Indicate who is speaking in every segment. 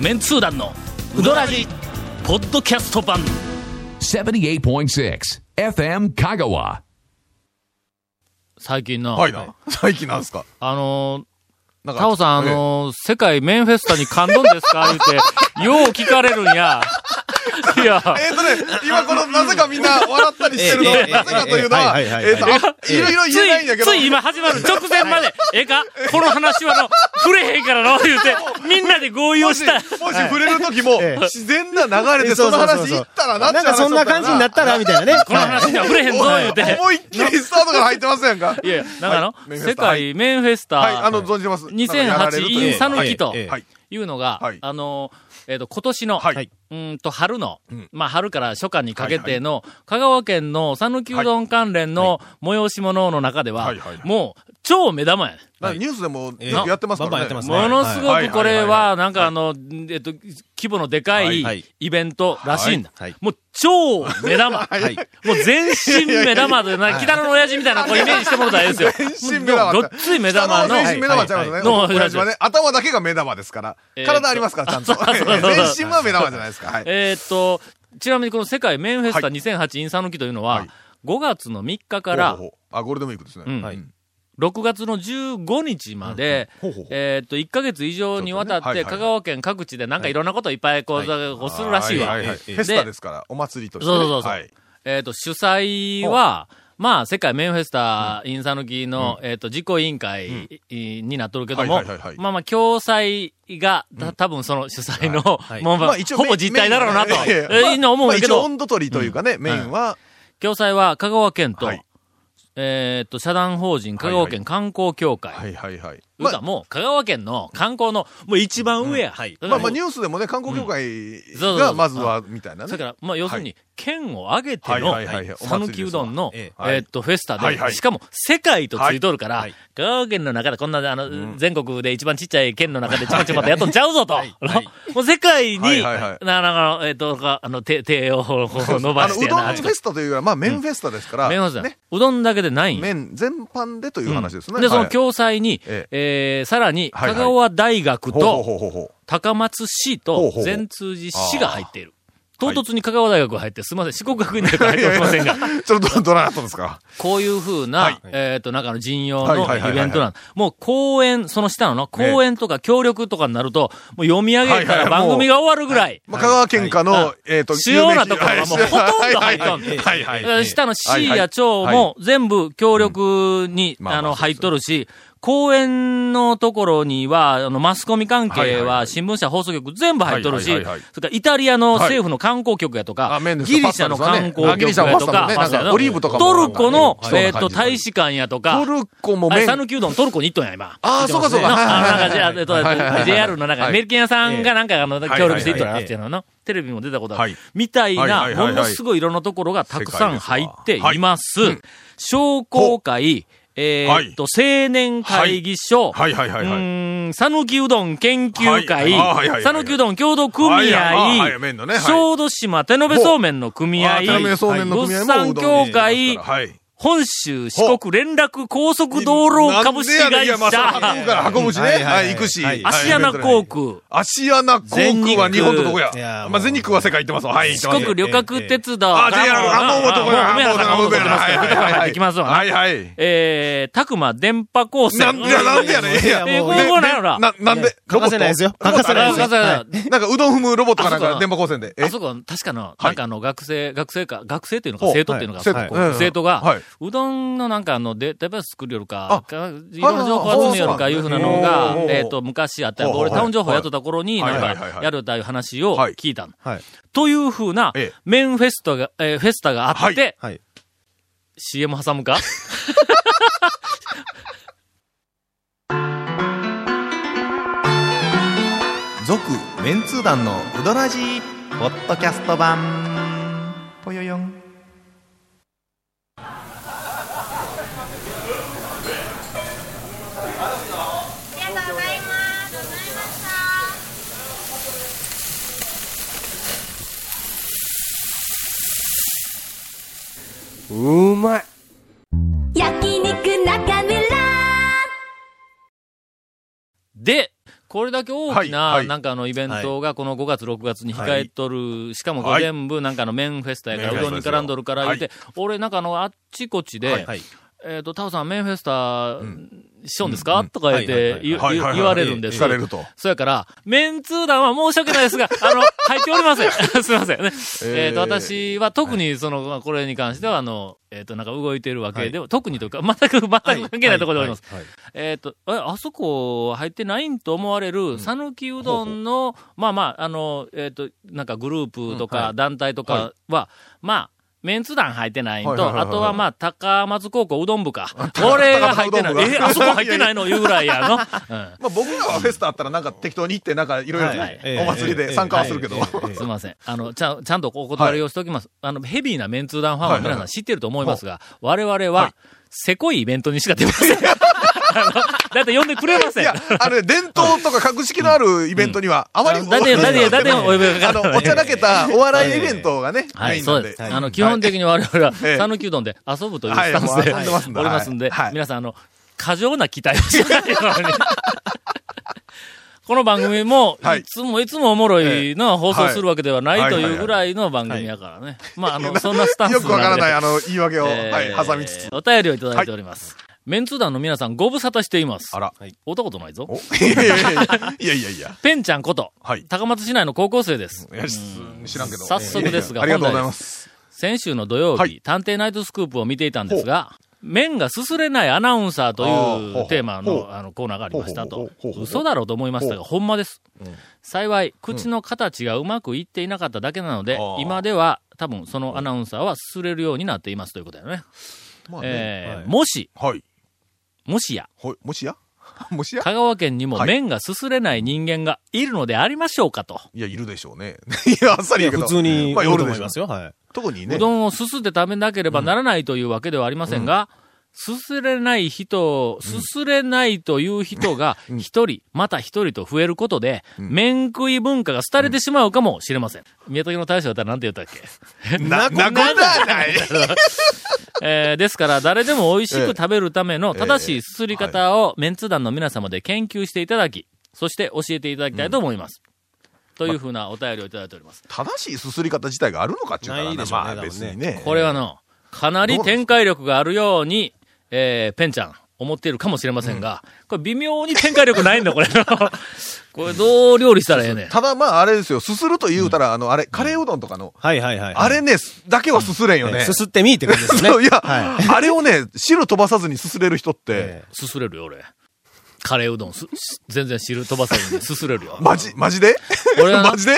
Speaker 1: メンツー団のウドラジポッドキャスト版
Speaker 2: 78.6 FM Kagawa.
Speaker 3: 最近な、
Speaker 4: はいな。最近なんすか
Speaker 3: あの
Speaker 4: なん
Speaker 3: ー、
Speaker 4: か
Speaker 3: タオさん、あ
Speaker 4: ええ
Speaker 3: のー、世界メンフェスタに感動ですか言う て、よう聞かれるんや。いや、
Speaker 4: えっとね、今この、なぜかみんな笑ったりしてるの
Speaker 5: ええ
Speaker 4: は、
Speaker 5: ええ
Speaker 4: なぜかというのは、
Speaker 5: ええはいはいはい
Speaker 4: えっと、あいろいろ
Speaker 3: つ
Speaker 4: 言えないんだ
Speaker 3: い、
Speaker 4: けど、
Speaker 3: つい今始まる直前まで、ええかこの話はの、触れへんからの、言うて、みんなで合意を
Speaker 4: もし、
Speaker 3: した
Speaker 4: も。し触れる時も
Speaker 5: ええ、
Speaker 4: 自然な流れ
Speaker 5: え
Speaker 4: でその話いったらなっちゃ
Speaker 5: ん
Speaker 4: う
Speaker 5: かそんな感じになったら、みたいな ね。
Speaker 3: この話には触れへんぞ、言う
Speaker 4: おい
Speaker 3: て。
Speaker 4: 思いっきりスタートから入ってますやんか。
Speaker 3: いやいや、なんかの、
Speaker 4: はいメンフェ
Speaker 3: 世
Speaker 4: スタはい
Speaker 3: 界メンフェスタ、
Speaker 4: はい、あの、存じてます。なんかやられる
Speaker 3: 2008
Speaker 4: という
Speaker 3: in サヌキと
Speaker 5: えええ
Speaker 4: はい。
Speaker 3: いうのが、
Speaker 4: はい
Speaker 3: あのー、えっ、と、今年の、
Speaker 4: はい。
Speaker 3: うーんと、春の、まあ、春から初夏にかけての、香川県の讃岐うどん関連の催し物の中では、
Speaker 4: はいはいはい
Speaker 3: もう、超目玉やね。
Speaker 4: なんかニュースでもよくやってますからね。
Speaker 5: バンバンやってますね
Speaker 3: ものすご
Speaker 4: はい
Speaker 3: くこれ
Speaker 4: はい
Speaker 3: は、なんかあの、えっと、規模のでか
Speaker 5: はいはい
Speaker 3: いイベントらしいんだ。
Speaker 5: はいはい
Speaker 3: もう、超目 玉。
Speaker 5: はい。
Speaker 3: もう全身目玉で、な、北野の親父みたいな、こうイメージしてもらったらええですよ。
Speaker 4: 全身目玉
Speaker 3: もうどっつい目玉
Speaker 4: 下
Speaker 3: の、
Speaker 4: 全身目玉ちゃいますね。
Speaker 3: はいはい
Speaker 4: 親父はね、頭だけが目玉ですから
Speaker 3: えー。っと
Speaker 4: 体ありますから、ちゃんと。
Speaker 3: そうそうそう
Speaker 4: 全身は目玉じゃないですか。はい。
Speaker 3: えーっと、ちなみにこの世界メンフェスタ
Speaker 4: はい
Speaker 3: 2008インサノキというのは、
Speaker 4: はい
Speaker 3: 5月の3日から
Speaker 4: ほうほうほうあ、ゴールデンウィークですね。
Speaker 3: うん
Speaker 4: はい
Speaker 3: 6月の15日まで、
Speaker 4: ほうほうほう
Speaker 3: えーっと、1ヶ月以上にわたっ
Speaker 4: そう
Speaker 3: て、
Speaker 4: ですねはいは
Speaker 3: 香川
Speaker 4: い
Speaker 3: 県各地でなんかいろんなこといっぱいこう、こうするらしいわ。
Speaker 4: ははは
Speaker 5: ええ
Speaker 4: フェスタですから、お祭りとしてね。
Speaker 3: そうそうそうそう
Speaker 4: はい
Speaker 3: えーっと、主催は、まあ、世界メンフェスタ、インサヌキの、えーっと、実行委員会いになっとるけども、
Speaker 4: はいはいはいはい
Speaker 3: まあまあ、共催が、た多分その主催の、
Speaker 5: はい
Speaker 3: もうまあ
Speaker 4: まあ一応
Speaker 3: ほぼ実態だろうなと、
Speaker 4: メインはねいやい
Speaker 3: え
Speaker 4: や
Speaker 3: ーいうのは思うん
Speaker 4: まあ
Speaker 3: だけ
Speaker 4: 一
Speaker 3: ど
Speaker 4: 応、温度取りというかね、メインは、
Speaker 3: 共催は香川県と、
Speaker 4: はい
Speaker 3: えーっと、社団法人香川県観光協会。
Speaker 4: はいはいはい。
Speaker 3: ま
Speaker 4: ま
Speaker 3: あ、
Speaker 4: あ、
Speaker 3: もう香川県の観光の、もう一番上や。
Speaker 5: はい
Speaker 3: だか
Speaker 4: まあ、
Speaker 3: ら
Speaker 4: まあニュースでもね、観光協会
Speaker 3: そうそうそう
Speaker 4: がまずは、みたいな
Speaker 3: それか
Speaker 4: ね。
Speaker 3: ら、まあ、要するに、県を挙げて
Speaker 4: はい
Speaker 3: の
Speaker 4: はいはいはい、
Speaker 3: 讃岐うどんの、
Speaker 5: お祭り
Speaker 3: え
Speaker 5: です
Speaker 4: わええ
Speaker 3: ーっと、フェスタ
Speaker 4: はい
Speaker 3: で
Speaker 4: は、い
Speaker 3: しかも、世界とついとるから
Speaker 5: はい、
Speaker 3: 香川県の中でこんな、あの、全国で一番ちっちゃい県の中でちまちまとやっとんちゃうぞと。
Speaker 5: はいはい
Speaker 3: もう世界に、
Speaker 4: はいはいはい
Speaker 3: な、なんか、えーっと、かあの、 手、手をこう伸ば
Speaker 4: あの、
Speaker 3: し
Speaker 4: う
Speaker 3: てや
Speaker 4: どん
Speaker 3: な、
Speaker 4: フェスタというよりは、まあ、麺フェスタですから、
Speaker 3: 麺はさ
Speaker 4: ね
Speaker 3: うどんだけでないんや
Speaker 4: 麺全般でという話ですね。
Speaker 3: で、その
Speaker 4: はい
Speaker 3: 共催に、
Speaker 4: え
Speaker 3: えーさらに、
Speaker 4: はい
Speaker 3: 香
Speaker 4: はい
Speaker 3: 川大学
Speaker 4: ほうほう
Speaker 3: と、
Speaker 4: ほうほうほう。
Speaker 3: 高松市
Speaker 4: ほ
Speaker 3: と
Speaker 4: うほ、う
Speaker 3: 善通寺市が入っている。唐突に香川大学が入って、すみません、四国学院大学が入っておりま せんが、
Speaker 4: ちょっとど、どなったんですか
Speaker 3: こういうふうな、
Speaker 4: はい
Speaker 3: えっ、と、中の陣容
Speaker 4: はい
Speaker 3: の
Speaker 4: はいはいはい
Speaker 3: イベントなんもう公演、その下のな、公演とか協力とかになると、もう読み上げた
Speaker 4: はい
Speaker 3: ら
Speaker 4: はい
Speaker 3: 番組が終わるぐらい、
Speaker 4: まあ、香川県下の、
Speaker 3: はい
Speaker 4: えっ、と、
Speaker 3: 主要なところがもうほとんど入っとんねん
Speaker 4: はいはい
Speaker 3: だか
Speaker 4: はい。
Speaker 3: ら下の市
Speaker 4: はいは
Speaker 3: や
Speaker 4: い
Speaker 3: 町も全部協力に、
Speaker 4: うんまあまあ
Speaker 3: あの、
Speaker 4: そう
Speaker 3: 入っ
Speaker 4: ですね
Speaker 3: とるし、公園のところには、あの、マスコミ関
Speaker 4: はいは
Speaker 3: 係
Speaker 4: いは
Speaker 3: はい新聞社、放送局全部入っとるし、そ
Speaker 4: は
Speaker 3: れ
Speaker 4: い
Speaker 3: か
Speaker 4: はいはいはい
Speaker 3: らイタリアの政府の観光局やとか
Speaker 4: あメイン、です
Speaker 3: ギリシャの観光
Speaker 4: パスタですよねあギ
Speaker 3: 局
Speaker 4: リシャ
Speaker 3: や
Speaker 4: は
Speaker 3: と
Speaker 4: パスタ
Speaker 3: か
Speaker 4: もね、
Speaker 3: パスタや
Speaker 4: なんかオリーブとかも
Speaker 3: トルコの
Speaker 4: なん、かね
Speaker 3: えっと、
Speaker 4: そんな感
Speaker 3: 大
Speaker 4: じ
Speaker 3: 使館やとか、
Speaker 4: トルコも
Speaker 3: あれ、
Speaker 4: 麺。
Speaker 3: 讃岐うどんトルコに行っとんや、今。
Speaker 4: ああ、そうかそうか。
Speaker 3: の
Speaker 4: はい
Speaker 3: あのなんか
Speaker 4: はい
Speaker 3: じゃあえっとえっと
Speaker 4: はいはいはい
Speaker 3: JR の中
Speaker 4: は
Speaker 3: で、
Speaker 4: い
Speaker 3: メルケン屋さんがなんか、あの、
Speaker 4: いはい
Speaker 3: 協力していったらなっていうのな、テレビも出たことある。みたい
Speaker 4: はい
Speaker 3: な
Speaker 4: は、いはい
Speaker 3: も
Speaker 4: はい
Speaker 3: のすごいいろんなところがたくさん入っています
Speaker 4: 世界ですわはいうん。
Speaker 3: 商工会、えーっと、青年会議所、
Speaker 4: はいはいは
Speaker 3: う
Speaker 4: いはい。
Speaker 3: ーん、讃岐うどん研究
Speaker 4: はいあはいはいは
Speaker 3: 会、
Speaker 4: い
Speaker 3: 讃岐うどん協同組
Speaker 4: はいはいはい
Speaker 3: 合
Speaker 4: はい麺のねはい、
Speaker 3: 小豆島手延べそうめんの組合、
Speaker 4: あー田辺そうめんの組合も
Speaker 3: 物産協会
Speaker 4: うどんに入ってますからはい。
Speaker 3: 本州四国連絡高速道路株式
Speaker 4: なんで
Speaker 3: 会
Speaker 4: やねんいやまあそれ運ぶ
Speaker 3: 社、
Speaker 4: から運ぶしね。
Speaker 5: はいはいはい
Speaker 4: はい、行くし。
Speaker 5: はい
Speaker 3: 芦屋
Speaker 4: はい
Speaker 3: 航。空、
Speaker 4: 芦屋な航空は日本のどこや
Speaker 5: 全日空いや。
Speaker 4: まあ、全日空は世界行ってますわ。はい、行って
Speaker 3: 四
Speaker 4: ます
Speaker 3: 国
Speaker 4: よ。
Speaker 3: 旅客鉄道、
Speaker 4: あ、JR がもう男や。
Speaker 3: あもう梅原さんが
Speaker 4: もう
Speaker 3: 男
Speaker 4: 男
Speaker 3: や
Speaker 4: や
Speaker 3: ます
Speaker 4: はい
Speaker 3: から、
Speaker 4: はいはい
Speaker 3: できますわな
Speaker 4: はいはい。
Speaker 3: えー、たくま電波高
Speaker 4: な
Speaker 3: 専。
Speaker 4: んでや、なんでやねん。いや
Speaker 3: えー、
Speaker 5: も
Speaker 3: こ
Speaker 5: う
Speaker 3: れ
Speaker 5: ね
Speaker 3: もうなんやろな。
Speaker 4: な、なんで
Speaker 5: 欠かせないですよ
Speaker 4: ロボット
Speaker 5: 欠かせないですよ
Speaker 3: あああ
Speaker 4: なんかうどん踏むロボットかな
Speaker 3: あ
Speaker 4: ん
Speaker 3: そう
Speaker 4: か
Speaker 3: か
Speaker 4: 電波光線で。
Speaker 3: あそこ、確かの、なんかあの、学生、学生か、学生っていうのか、
Speaker 4: ほう
Speaker 3: 生徒っていうのか、
Speaker 4: はい生徒
Speaker 3: こ
Speaker 4: うん
Speaker 3: う生徒が、
Speaker 4: はいう
Speaker 3: どんのなんかあの、デデバイス作るよりか
Speaker 4: あ、
Speaker 3: かいろんな情報集めよるか、
Speaker 4: はい
Speaker 3: い
Speaker 4: は
Speaker 3: う
Speaker 4: い
Speaker 3: ふ
Speaker 4: は
Speaker 3: う
Speaker 4: い
Speaker 3: なのが
Speaker 4: おー、おー
Speaker 3: えっと、昔あったやんか、
Speaker 4: ほうほ
Speaker 3: 俺
Speaker 4: う
Speaker 3: タウン情報やっとった頃に、
Speaker 4: はい
Speaker 3: なん
Speaker 4: はいはい
Speaker 3: か、
Speaker 4: はい
Speaker 3: やるという話を
Speaker 4: はい
Speaker 3: 聞いたの。
Speaker 5: はい。
Speaker 3: というふうな
Speaker 4: ええ、
Speaker 3: メンフェスタが、えーフェスタがあって、
Speaker 5: はい。
Speaker 3: CM 挟むか
Speaker 4: 続、メンツー団のうどらじ
Speaker 5: ポッドキャスト版、ぽよよん。
Speaker 6: ありがとうございます。ございました。
Speaker 7: 焼肉中村
Speaker 3: で、これだけ大きな、
Speaker 4: はいはい
Speaker 3: なんかあの、イベントがこの5月、6月に控えとる、しかもこ
Speaker 4: は
Speaker 3: れ
Speaker 4: い
Speaker 3: 全部なんかあの、麺フェスタやから、
Speaker 4: 麺
Speaker 3: う
Speaker 4: フ
Speaker 3: ど
Speaker 4: ェ
Speaker 3: んに
Speaker 4: スタですよ
Speaker 3: 絡んどるから言って、俺なんかあの、あっちこっちで、
Speaker 4: はい
Speaker 3: えっ、と、タオさん、メンフェスタ、しようんですか、とか言って、言う
Speaker 4: はい
Speaker 3: 言
Speaker 4: は
Speaker 3: う
Speaker 4: い
Speaker 3: 言われるんです。
Speaker 4: 聞かれると
Speaker 3: そやから、メンツー団は申し訳ない ですが、あの、入っておりません。すい ませんね。えっと、私は特に、その、まあこれに関しては、あの、えっ、と、なんか動いてるわけでは、特にというか、全く、全く関係ないところでおります。えっ、と、え、あそこ入ってないんと思われる、讃岐うどんの、まあまあ、あの、えっ、と、なんかグループとか団体とかは、まあ、メンツ団入ってないんと、
Speaker 4: はいはいはいはい
Speaker 3: あとはまあ、高松 高校うどん部か。俺が入ってない。え、あそこ入ってないの言うぐらいや の。うん
Speaker 4: まあ僕らはフェスタあったらなんか適当に行ってなんかいろいろね
Speaker 3: はい
Speaker 4: お祭りで参加はするけど。
Speaker 3: すみません。あの、ちゃん、ちゃんとお断りをしておきます。あの、ヘビーなメンツー団ファンは皆さん知ってると思いますが、我々は、せこいイベントにしか出ま せん。あのだって呼んでくれませ
Speaker 4: い
Speaker 3: ん。
Speaker 4: や、あのね、伝統とか格式のあるイベントにはあまり
Speaker 3: うんだってだ ってだってお呼びがかか
Speaker 4: あの
Speaker 3: らない、
Speaker 4: おちゃらけたお笑いイベントがね、
Speaker 3: は
Speaker 4: メイ
Speaker 3: い、
Speaker 4: ンな
Speaker 3: そうん
Speaker 4: で。
Speaker 3: です。あの、基本的に我々は、
Speaker 4: ええ
Speaker 3: 讃岐うどんで遊ぶというスタンスで、
Speaker 4: はいもう遊んでますんで
Speaker 3: おりますんで、
Speaker 4: はいはい
Speaker 3: 皆さん、あの、過剰な期待をしないように。この番組も、
Speaker 4: はい
Speaker 3: いつもいつもおもろいのは放送するわけではない
Speaker 4: はい
Speaker 3: というぐらいの番組やからね。まあ、あの、そんなスタンス
Speaker 4: よくわからない、
Speaker 3: ん
Speaker 4: あの、言い訳を、
Speaker 3: で
Speaker 4: はい
Speaker 3: えー
Speaker 4: 挟みつつ。
Speaker 3: お便りをいただいております。メンツー団の皆さん、ご無沙汰しています。
Speaker 4: あら。
Speaker 3: おったことないぞ。
Speaker 4: おいやいやいやいやいやいや。
Speaker 3: ペンちゃんこと、
Speaker 4: はい
Speaker 3: 高松市内の高校生です。
Speaker 4: いやし知らんけど。
Speaker 3: 早速ですが
Speaker 4: ありがとうございます。
Speaker 3: 先週の土曜日、
Speaker 4: はい
Speaker 3: 探偵ナイトスクープを見ていたんですが、麺がすすれないアナウンサーと
Speaker 4: あーほ
Speaker 3: いううテーマ
Speaker 4: ほう
Speaker 3: のあのコーナーがありました
Speaker 4: ほう
Speaker 3: と
Speaker 4: ほうほうほ。う
Speaker 3: 嘘だろうと思いましたが、ほんまです。幸い、口の形がうまくいっていなかっただけなので、
Speaker 4: あー
Speaker 3: 今では多分そのアナウンサーはすすれるようになっていますということだよね。
Speaker 4: まあね
Speaker 3: えーもし、
Speaker 4: はい。
Speaker 3: もしや、
Speaker 4: ほいもしや もしや
Speaker 3: 香川県にも
Speaker 4: はい
Speaker 3: 麺がすすれない人間がいるのでありましょうかと。
Speaker 4: いや、いるでしょうね。 いや、あっさりやけど。
Speaker 5: 普通に、
Speaker 4: まあ、
Speaker 5: いると
Speaker 4: 夜で
Speaker 5: 思
Speaker 4: し
Speaker 5: い
Speaker 4: ょ
Speaker 5: ま。すよ。は
Speaker 4: 特にね。
Speaker 3: うどんをすすって食べなければならないというわけではありませんが、すすれない人、すすれないという人が一人、また一人と増えることで、麺食い文化が廃れてしまうかもしれません。宮崎の大将だったらなんて言ったっけ
Speaker 4: な、なことはない。
Speaker 3: えーですから、誰でも美味しく食べるための
Speaker 4: え
Speaker 3: 正しいすすり方を、メンツ団の皆様で研究していただき、そして教えていただきたいと思います。というふうなお便りをいただいております。
Speaker 4: 正しいすすり方自体があるのかっていうから
Speaker 5: ない
Speaker 4: な
Speaker 5: でしょうね
Speaker 4: まあ
Speaker 5: 多分ね
Speaker 4: 別にね。
Speaker 3: これはの、かなり展開力があるように、えー、ペンちゃん、思っているかもしれませんが、これ微妙に展開力ないんだ、これ。これどう料理したらええねん。
Speaker 4: ただまああれですよ、すすると言うたら、あの、あれ、カレーうどんとかの、
Speaker 5: いはいはい。
Speaker 4: あれね、すだけはすすれんよね。
Speaker 5: すすってみーって感じですね。
Speaker 4: そういや、
Speaker 5: は
Speaker 4: あれをね、汁飛ばさずにすすれる人って
Speaker 5: え、
Speaker 3: すすれるよ、俺。カレーうどんす、す全然汁飛ばさずにすすれるよ。
Speaker 4: マジ、マジで
Speaker 3: 俺はな
Speaker 4: マジで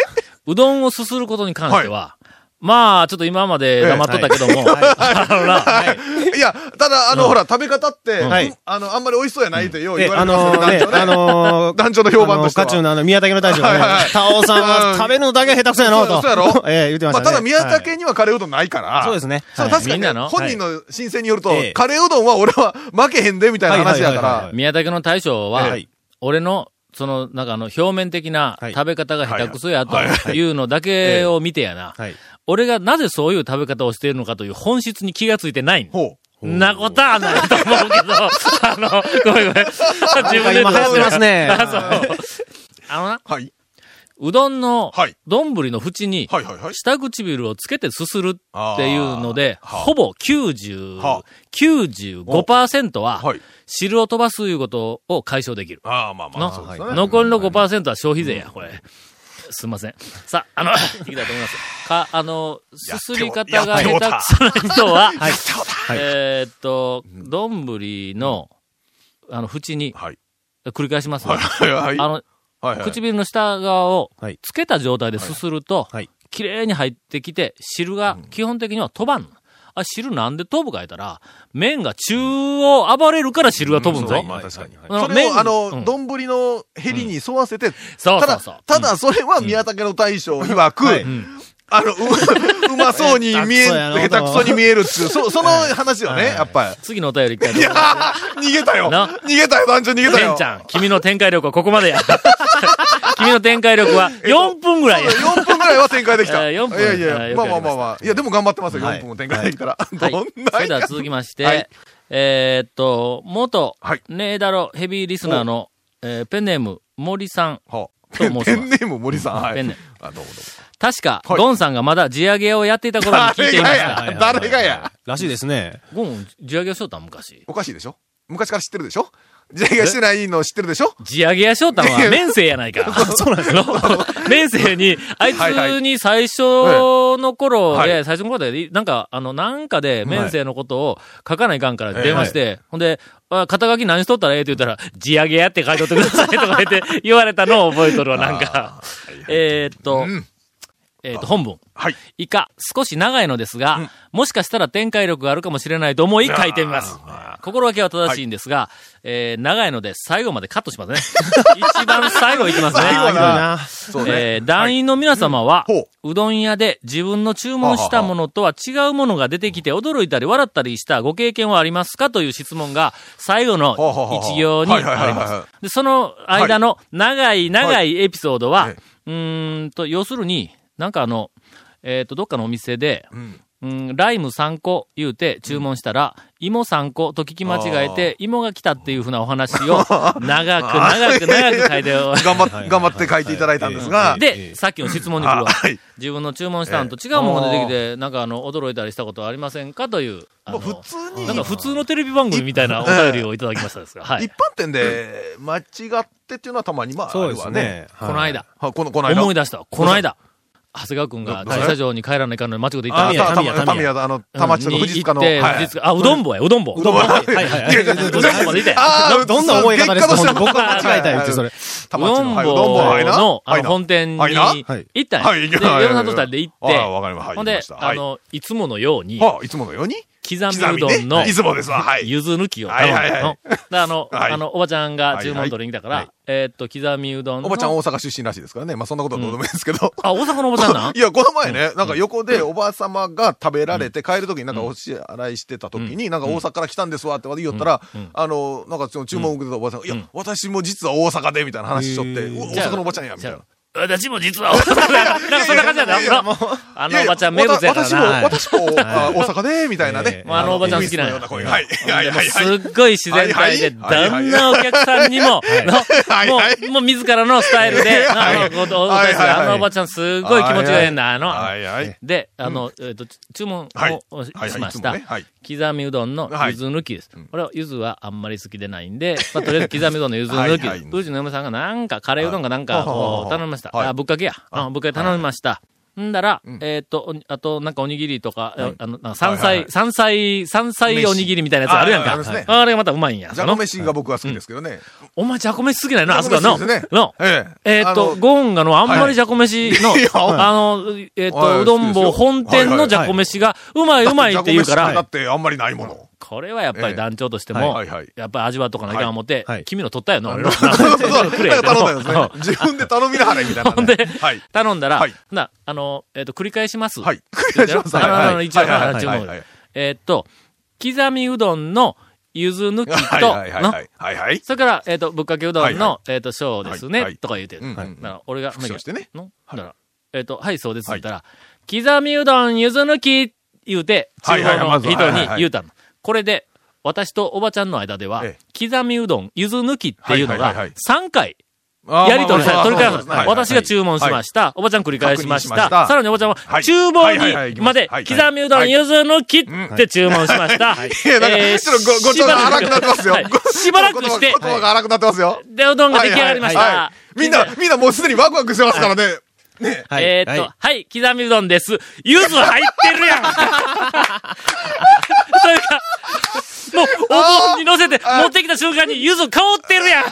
Speaker 3: うどんをすすることに関しては、まあ、ちょっと今まで黙っとったけども、あのな、
Speaker 4: いや、ただ、あの、ほら、食べ方って、
Speaker 5: はい
Speaker 4: うんあの、あんまり美味しそうやないってよう
Speaker 5: え
Speaker 4: 言、われ
Speaker 5: あ
Speaker 4: てま
Speaker 5: の
Speaker 4: す
Speaker 5: ーね
Speaker 4: ね、、団長
Speaker 5: あ
Speaker 4: ね。
Speaker 5: のー、
Speaker 4: 団長の評判としては
Speaker 5: あのー家中のあの、宮崎の大将が
Speaker 4: はい
Speaker 5: ね
Speaker 4: はいはい、
Speaker 5: タオさん
Speaker 4: う
Speaker 5: は
Speaker 4: ん
Speaker 5: 食べるのだけ下手くそやの
Speaker 4: そう
Speaker 5: と。
Speaker 4: そうやろ
Speaker 5: ええ、言ってま
Speaker 4: ま
Speaker 5: し
Speaker 4: あ、
Speaker 5: た
Speaker 4: た
Speaker 5: ね。
Speaker 4: だ宮崎
Speaker 5: はい
Speaker 4: にはカレーうどんないから。
Speaker 5: そうですね。
Speaker 4: そう、
Speaker 5: はい
Speaker 4: 確か
Speaker 3: み
Speaker 4: に
Speaker 3: んな
Speaker 4: ね
Speaker 3: の
Speaker 4: 本人の申請によると
Speaker 5: ええ、
Speaker 4: カレーうどんは俺は負けへんで、みたいな話やか
Speaker 5: はいはいはい
Speaker 4: ら
Speaker 5: は。
Speaker 3: 宮武の大将は、
Speaker 5: はい
Speaker 3: 俺の、その、なんかあの、表面的な
Speaker 5: はい
Speaker 3: 食べ方が下手くそやというのだけを見てやな。
Speaker 5: はい。
Speaker 3: 俺がなぜそういう食べ方をしているのかという本質に気がついてないん。
Speaker 4: ほ
Speaker 3: んなことはないと思うけど、あの、ごめんごめん。自分で
Speaker 5: 今流行ってます ね。
Speaker 3: あそうあのな、
Speaker 4: う。はい。
Speaker 3: うどんの
Speaker 4: はい、
Speaker 3: 丼の縁に、
Speaker 4: はいはいはい。
Speaker 3: 下唇をつけてすするっていうので、
Speaker 4: あーはあ
Speaker 3: ほぼ90、
Speaker 4: はあ
Speaker 3: 95%は、
Speaker 4: はい。
Speaker 3: 汁を飛ばすいうことを解消できる。
Speaker 4: ああ、まあまあ。
Speaker 3: の
Speaker 4: そうですね
Speaker 3: 残りの5%は消費税や、これ。すいません。さあ、あ の、いきたいと思います。か、あの、すすり方が下手くそな人は、はいえーっと、丼の、あの、縁に、
Speaker 4: はい。
Speaker 3: 繰り返しますね。
Speaker 4: はいはい
Speaker 3: あの、
Speaker 4: はいはい。
Speaker 3: 唇の下側を
Speaker 5: はい、
Speaker 3: つけた状態ですすると
Speaker 5: はい、
Speaker 3: 綺麗に入ってきて、汁が基本的には飛ばんの。あ、汁なんで飛ぶか言ったら、麺が中央暴れるから汁が飛ぶんぞ。
Speaker 4: まあ確かに。
Speaker 3: あの
Speaker 4: それ
Speaker 3: 麺
Speaker 4: を、あ
Speaker 3: うん
Speaker 4: の、丼のヘリに沿わせて、
Speaker 3: そうそ
Speaker 4: ただ
Speaker 3: うそう。、
Speaker 4: ただそれは宮武の大将曰く、
Speaker 5: はい
Speaker 4: あの、う うまそうに見 えん、
Speaker 5: 下
Speaker 4: 下
Speaker 5: 手くそやな
Speaker 4: 手くそに見えるっていう、そ、その話よね、やっぱ
Speaker 3: 次のお便り一回
Speaker 4: り。いやー、逃げたよ
Speaker 3: な
Speaker 4: 逃げたよ、団長逃げた
Speaker 3: ペ
Speaker 4: よ
Speaker 3: ンちゃん、君の展開力はここまで や。君の展開力は4分ぐらいや。
Speaker 4: 4分ぐらいは展開でき た。
Speaker 3: えー4分
Speaker 4: いやい
Speaker 3: あー
Speaker 4: や、
Speaker 3: よく
Speaker 4: まあ
Speaker 3: やりました
Speaker 4: まあまあまあ。いや、でも頑張ってますよ、
Speaker 5: はい
Speaker 4: 4分も展開できたら。
Speaker 3: はい
Speaker 4: どん。
Speaker 3: そ
Speaker 4: な
Speaker 3: れでは続きまして、えーっと、元、
Speaker 4: はい
Speaker 3: ねえだろヘビーリスナーの、えーペンネーム、森さん。
Speaker 4: は
Speaker 3: と
Speaker 4: ペン
Speaker 3: 申
Speaker 4: ペ
Speaker 3: します
Speaker 4: ンネーム森さん。はい。
Speaker 3: ペンネ
Speaker 4: あ、どうもどうも。
Speaker 3: 確か、
Speaker 4: はい
Speaker 3: ドンさんがまだ地上げをやっていた頃に聞い
Speaker 4: 誰
Speaker 3: ていま
Speaker 4: が
Speaker 3: した。
Speaker 5: はいはい
Speaker 4: や誰がや
Speaker 5: らしいですね。
Speaker 3: ゴン、地上げをしよったん昔。
Speaker 4: おかしいでしょ昔から知ってるでしょ時代がしてないの知ってるでしょ
Speaker 3: 地上げやしよったんは、面生やないか。 そうなんですよ。面生に、あい
Speaker 4: はいは
Speaker 3: つに最初の頃で、
Speaker 4: はい
Speaker 3: 最初の頃で、なんか、あの、なんかで、面生のことを書かないかんから電話して、ほんで、あ肩書き何しとったらええって言ったら、地上げやって書いとってくださいとか言って言われたのを覚えとるわ、なんか。えーっと、えーっと、本文。
Speaker 4: はい。
Speaker 3: 以下、少し長いのですが、もしかしたら展開力があるかもしれないと思い書いてみます。心がけは正しいんですが、えー、長いので最後までカットしますね。 一番最後いきますね。
Speaker 4: 最後
Speaker 5: あ
Speaker 4: な。
Speaker 5: な
Speaker 4: そうね。
Speaker 3: えー団員の皆様は、
Speaker 4: うんほ
Speaker 3: うどん屋で自分の注文したものとは違うものが出てきて驚いたり笑ったりしたご経験はありますかという質問が最後の
Speaker 4: ほうほうほうほう
Speaker 3: 一行にあり
Speaker 4: はいはいはい
Speaker 3: ま
Speaker 4: は
Speaker 3: す。で、その間の長い長
Speaker 4: はい
Speaker 3: エピソードは、
Speaker 4: ええ
Speaker 3: うーんと、要するに、なんかあの、えっ、と、どっかのお店で、
Speaker 4: ん
Speaker 3: うんライム3個言うて注文したら、芋3個と聞き間違えて、芋が来たっていうふうなお話 を、長く長く長く書いてお
Speaker 4: 頑張って、頑張って書いていただいたんですが、
Speaker 3: で、さっきの質問に来る
Speaker 4: あ
Speaker 3: わ。
Speaker 4: はい。
Speaker 3: 自分の注文したのと違うものが出てきて、なんかあの、驚いたりしたことはありませんかという、あ
Speaker 4: も
Speaker 3: の
Speaker 4: う、普通に、
Speaker 3: なんか
Speaker 4: 一
Speaker 3: 普通のテレビ番組みたいなお便りをいただきましたですが、はい。
Speaker 4: 般店で間違ってっていうのはたまにまあ、
Speaker 5: そうです
Speaker 4: あるわね。
Speaker 5: ね。
Speaker 3: こ
Speaker 5: はい
Speaker 3: の間、
Speaker 4: はこの、この間。
Speaker 3: 思い出したわ。この間、長谷川くんが
Speaker 4: どどれ
Speaker 3: 駐車場に帰らないかんのに間違って行っ
Speaker 4: あ、
Speaker 3: た。
Speaker 5: タミヤ
Speaker 4: た
Speaker 5: タミヤ
Speaker 4: たタミヤ、あの、たまちの
Speaker 3: うんに
Speaker 4: 富士塚の。
Speaker 3: 行って
Speaker 4: はい
Speaker 3: 富士塚あ、うどん坊や、うどん坊。う
Speaker 4: どん坊
Speaker 3: はい
Speaker 5: はいはい
Speaker 3: はい。 どどどこまで行って
Speaker 4: あー
Speaker 5: どんな思い方です
Speaker 4: 結果
Speaker 5: か
Speaker 4: としては
Speaker 5: 僕は間違えたよって、それ。
Speaker 4: た
Speaker 3: う
Speaker 4: まち
Speaker 3: どん坊
Speaker 4: の、はい、うどん坊、はいな。
Speaker 3: のあ
Speaker 4: は
Speaker 3: の
Speaker 4: いな
Speaker 3: 本店に
Speaker 4: はいな
Speaker 3: 行
Speaker 5: はい
Speaker 3: ったんや。
Speaker 4: はい
Speaker 3: で、
Speaker 4: 行き
Speaker 3: 夜
Speaker 4: ま
Speaker 3: さん
Speaker 4: した
Speaker 3: と二人で行っ
Speaker 4: あ
Speaker 3: て、
Speaker 4: あわかりましたはい
Speaker 3: ほん
Speaker 4: 行き
Speaker 3: で
Speaker 4: まし、たは
Speaker 3: あ
Speaker 4: い
Speaker 3: の、いつものように、刻
Speaker 4: はあ、いつものように
Speaker 3: みうどんの、
Speaker 4: いつもですわ。はい。
Speaker 3: ゆず抜きを頼んだの。
Speaker 4: はいはいは
Speaker 3: であの、
Speaker 4: はい
Speaker 3: あの、おばちゃんが注文取りに来たから、
Speaker 4: はいは
Speaker 3: えーっと、刻みうどんの。
Speaker 4: おばちゃん大阪出身らしいですからね。まあそんなことはどうでもいいですけど。
Speaker 3: あ、大阪のおばちゃんなん
Speaker 4: いや、この前ね、なんか横でおばあ様が食べられて帰るときになんかお支払いしてたときに、なんか大阪から来たんですわって言おったら、あの、なんかその注文を受けてたおばあさんが、いや、私も実は大阪でみたいな話しちょって、う大阪のおばちゃんや、みたいな。
Speaker 3: 私も実は大阪だ。なんかそんな感じだよ。あ
Speaker 4: い
Speaker 3: の
Speaker 4: やい
Speaker 3: お
Speaker 4: や
Speaker 3: ばちゃん名物やから
Speaker 4: 私も、
Speaker 3: な。はい
Speaker 4: 私も、あ大阪で、みたいなね。
Speaker 3: もうあのおばちゃん好きなん
Speaker 4: よ
Speaker 3: や
Speaker 4: うな声が。はい。はい。はい。
Speaker 3: す
Speaker 4: はい
Speaker 3: っごい自然体で、
Speaker 4: はいは
Speaker 3: ど
Speaker 4: い
Speaker 3: んなお客さんにも、
Speaker 4: はい
Speaker 3: のも、
Speaker 4: はいう
Speaker 3: もう自らのスタイルで、
Speaker 4: はい
Speaker 3: あの、こうお
Speaker 4: はいはいはい
Speaker 3: あのおばちゃんすっごい気持ちがええんだ、あの、
Speaker 4: はい。はい。
Speaker 3: で、あの、えっ、と、ち注文
Speaker 4: はい
Speaker 3: をし
Speaker 4: はい
Speaker 3: しました、
Speaker 4: いつもねはい
Speaker 3: 刻みうどんの
Speaker 4: はい
Speaker 3: ゆず抜きです。これはゆずはあんまり好きでないんで、まあ、とりあえず刻みうどんのゆず抜きです。
Speaker 4: はいはいう
Speaker 3: ちの嫁さんがなんかカレーうどんかなんか
Speaker 4: はい
Speaker 3: こう頼みました。
Speaker 4: はい
Speaker 3: あ、ぶっかけや。あぶっかけ頼みました。んだら、えっ、と、おにあと、なんかおにぎりとか、あの、なんか山
Speaker 4: はいはい
Speaker 3: 菜、
Speaker 4: はい
Speaker 3: 山菜、山菜おにぎりみたいなやつあるやん
Speaker 4: あ
Speaker 3: か。
Speaker 4: ありますね
Speaker 3: あれがまたうまいんや。
Speaker 4: じゃ
Speaker 3: そ
Speaker 4: こ
Speaker 3: の
Speaker 4: 飯が僕は好きですけどね。
Speaker 3: お前じゃこ飯好きなのあそこは
Speaker 4: じゃ
Speaker 3: の。
Speaker 4: こ飯ですね
Speaker 3: の。
Speaker 4: え
Speaker 3: えーっと、ゴーンがの、あんまりじゃこ飯の、
Speaker 4: いや
Speaker 3: あの、えーっ
Speaker 4: は
Speaker 3: と、
Speaker 4: いう
Speaker 3: どん坊本店のじゃこ飯が、うまいうまいって言うか
Speaker 4: だ
Speaker 3: ら、
Speaker 4: ってあんまりないもの。
Speaker 3: これはやっぱり団長として
Speaker 4: ええ
Speaker 3: も
Speaker 4: はいはいはい、
Speaker 3: やっぱり味わっとかないかん思って
Speaker 5: はいは、い
Speaker 3: 君の取ったよの、俺の
Speaker 4: そうそうそう。
Speaker 3: くれよ
Speaker 4: 頼んだんですね
Speaker 3: の。
Speaker 4: 自分で頼みなはれみたいな。
Speaker 3: ほんで
Speaker 4: はい。
Speaker 3: 頼んだら
Speaker 4: はい、
Speaker 3: な、あの、えーっと、繰り返します。
Speaker 4: はい。繰り返します。
Speaker 3: あのあの、
Speaker 4: はい
Speaker 3: 一応、
Speaker 4: はい
Speaker 3: あ
Speaker 4: は
Speaker 3: の
Speaker 4: い
Speaker 3: 注
Speaker 4: はい
Speaker 3: 文
Speaker 4: はい
Speaker 3: えーっと、刻みうどんの、ゆず抜き
Speaker 4: はいはいはい
Speaker 3: と、の
Speaker 4: はい。はいはい。
Speaker 3: それから、えっ、と、ぶっかけうどんの、
Speaker 4: はいは
Speaker 3: えっ、と、小です
Speaker 4: は
Speaker 3: ね、
Speaker 4: いはい
Speaker 3: とか言うてる。
Speaker 4: うんうん
Speaker 3: だから、俺が、
Speaker 4: 復唱してね
Speaker 3: のだから、えっ、と、はい、そうです。言ったら、刻みうどん、ゆず抜き、言うて、中
Speaker 4: はいはい
Speaker 3: 央の
Speaker 4: まず
Speaker 3: 人
Speaker 4: は
Speaker 3: に
Speaker 4: はいはい
Speaker 3: 言うたの。これで、私とおばちゃんの間では
Speaker 4: え、
Speaker 3: 刻みうどん、ゆず抜きっていうの
Speaker 4: はいはいはいは
Speaker 3: が
Speaker 4: い、
Speaker 3: 3回、
Speaker 4: あー
Speaker 3: やり取りされ
Speaker 4: まあ
Speaker 3: た、取り返
Speaker 4: そう
Speaker 3: す
Speaker 4: そうそうはいはい
Speaker 3: 私が注文しました。おばちゃん繰り返しまし。
Speaker 4: 確認しましたた
Speaker 3: さらにおばちゃんは、
Speaker 4: はい
Speaker 3: 厨房
Speaker 4: はいはいはい行
Speaker 3: に
Speaker 4: きます
Speaker 3: まで、
Speaker 4: はい
Speaker 3: 刻みうど
Speaker 4: は
Speaker 3: ん、
Speaker 4: い
Speaker 3: ゆず抜きって注文しました。
Speaker 4: いや、なんか、ちょっとご、ごちょうが荒くなってますよ
Speaker 3: はい。しばらくして
Speaker 4: ご、言葉が荒くなってますよ。
Speaker 3: で、うどんが出来上がりました。
Speaker 4: はいはいはいみんな、みんなもうすでにワクワクしてますからね。
Speaker 5: はい
Speaker 3: えーっと、は、
Speaker 5: はい
Speaker 3: 刻みうどんです。ゆず入ってる やんそれか、もう、お盆に乗せて、
Speaker 4: あー
Speaker 3: 持ってきた瞬間にゆず香ってるやん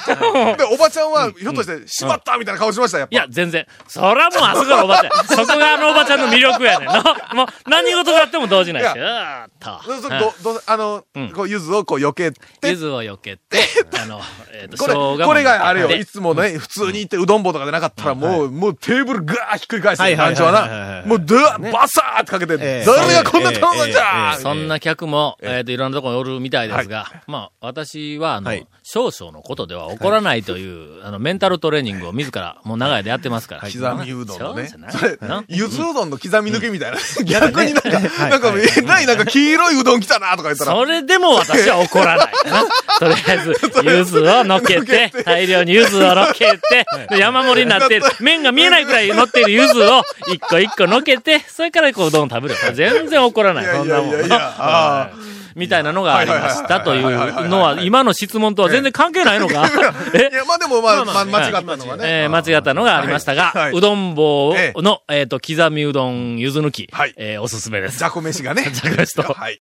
Speaker 4: で、おばちゃんは、ひょっとして、しまったみたいな顔しました、やっ
Speaker 3: い
Speaker 4: ぱ。
Speaker 3: や、全然。そらもうあそこのおばちゃん。 そこがあのおばちゃんの魅力やねんの。もう、何事があっても動じ ないし。う
Speaker 4: い
Speaker 3: ーっ と。
Speaker 4: そうそう
Speaker 3: うん
Speaker 4: ど、ど、あの
Speaker 3: ん、
Speaker 4: こう、ゆずをこう、避けて。
Speaker 3: ゆずを避け て、あの、えーっと、
Speaker 4: これ、
Speaker 3: 生姜も
Speaker 4: これがあれよ。
Speaker 3: で
Speaker 4: いつもね、普通に行って、うどん坊とかでなかったら、もう、もうテーブルガーッひっくり返して、
Speaker 5: はいは
Speaker 4: 団
Speaker 5: い
Speaker 4: 長
Speaker 5: はい
Speaker 4: は
Speaker 5: はいはい
Speaker 4: な
Speaker 5: は。い
Speaker 4: もう、ドゥーバサーってかけて、
Speaker 5: ええ
Speaker 4: 誰がこんな頼んだんじゃ
Speaker 5: ええええええ
Speaker 3: そんな客も、えーっと、いろんなとこにおるみたいですが、まあ、私は、あの、
Speaker 5: はい
Speaker 3: 少々のことでは起こらないという、あの、メンタルトレーニングを自ら、もう長い間やってますから。
Speaker 4: 刻みうどんのね
Speaker 3: そうじゃな。い
Speaker 4: それ
Speaker 3: な、
Speaker 4: ゆずうどんの刻み抜きみたいな。 逆になんか、なんか、
Speaker 5: は
Speaker 4: えらいなんか黄色いうどん来たなとか言ったら、
Speaker 3: それでも私は怒らない。なとりあえず、柚子を乗っけて、大量に柚子を乗っけて、で山盛りになっている、麺が見えないくらい乗っている柚子を一個一個乗っけて、それからこううどんを食べる。全然怒らない。
Speaker 4: いや
Speaker 3: そんなもん
Speaker 4: いやいやいやあー
Speaker 3: みたいなのがありましたとい
Speaker 4: はいはいはいは
Speaker 3: う
Speaker 4: い
Speaker 3: のは、今の質問とは全然関係ないのかえ
Speaker 4: いや、まあでもまあ、まあ間違ったのがね。
Speaker 3: えー間違ったのがありましたが、
Speaker 4: はいはいう
Speaker 3: どん棒
Speaker 4: え
Speaker 3: の、えっ、と、刻みうどん柚子抜き、
Speaker 4: はい
Speaker 3: えーおすすめです
Speaker 4: じ。ゃこ飯がね。
Speaker 3: じゃこ飯と
Speaker 4: はい。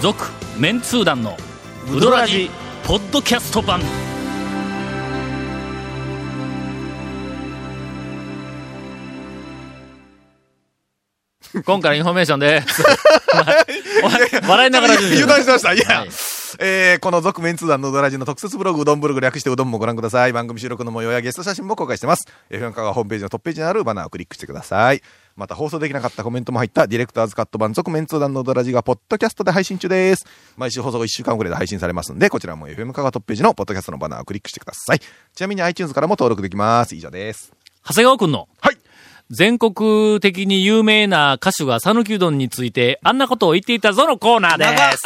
Speaker 3: 続メンツー団のウドラジポッドキャスト 版今回のインフォメーションです。 笑いながらです
Speaker 4: 油断してました。いや
Speaker 3: はい。
Speaker 4: えーこの続面通談のうどらじの特設ブログ、うどんブログ略してうどんもご覧ください。番組収録の模様やゲスト写真も公開してます。FM カがホームページのトップページにあるバナーをクリックしてください。また放送できなかったコメントも入ったディレクターズカット版続面通談のうどらじがポッドキャストで配信中です。毎週放送後1週間遅れで配信されますんで、こちらも FM カがトップページのポッドキャストのバナーをクリックしてください。ちなみに iTunes からも登録できます。以上です。
Speaker 3: 長谷川くんの
Speaker 4: はい。
Speaker 3: 全国的に有名な歌手が讃岐うどんについてあんなことを言っていたぞのコーナーです。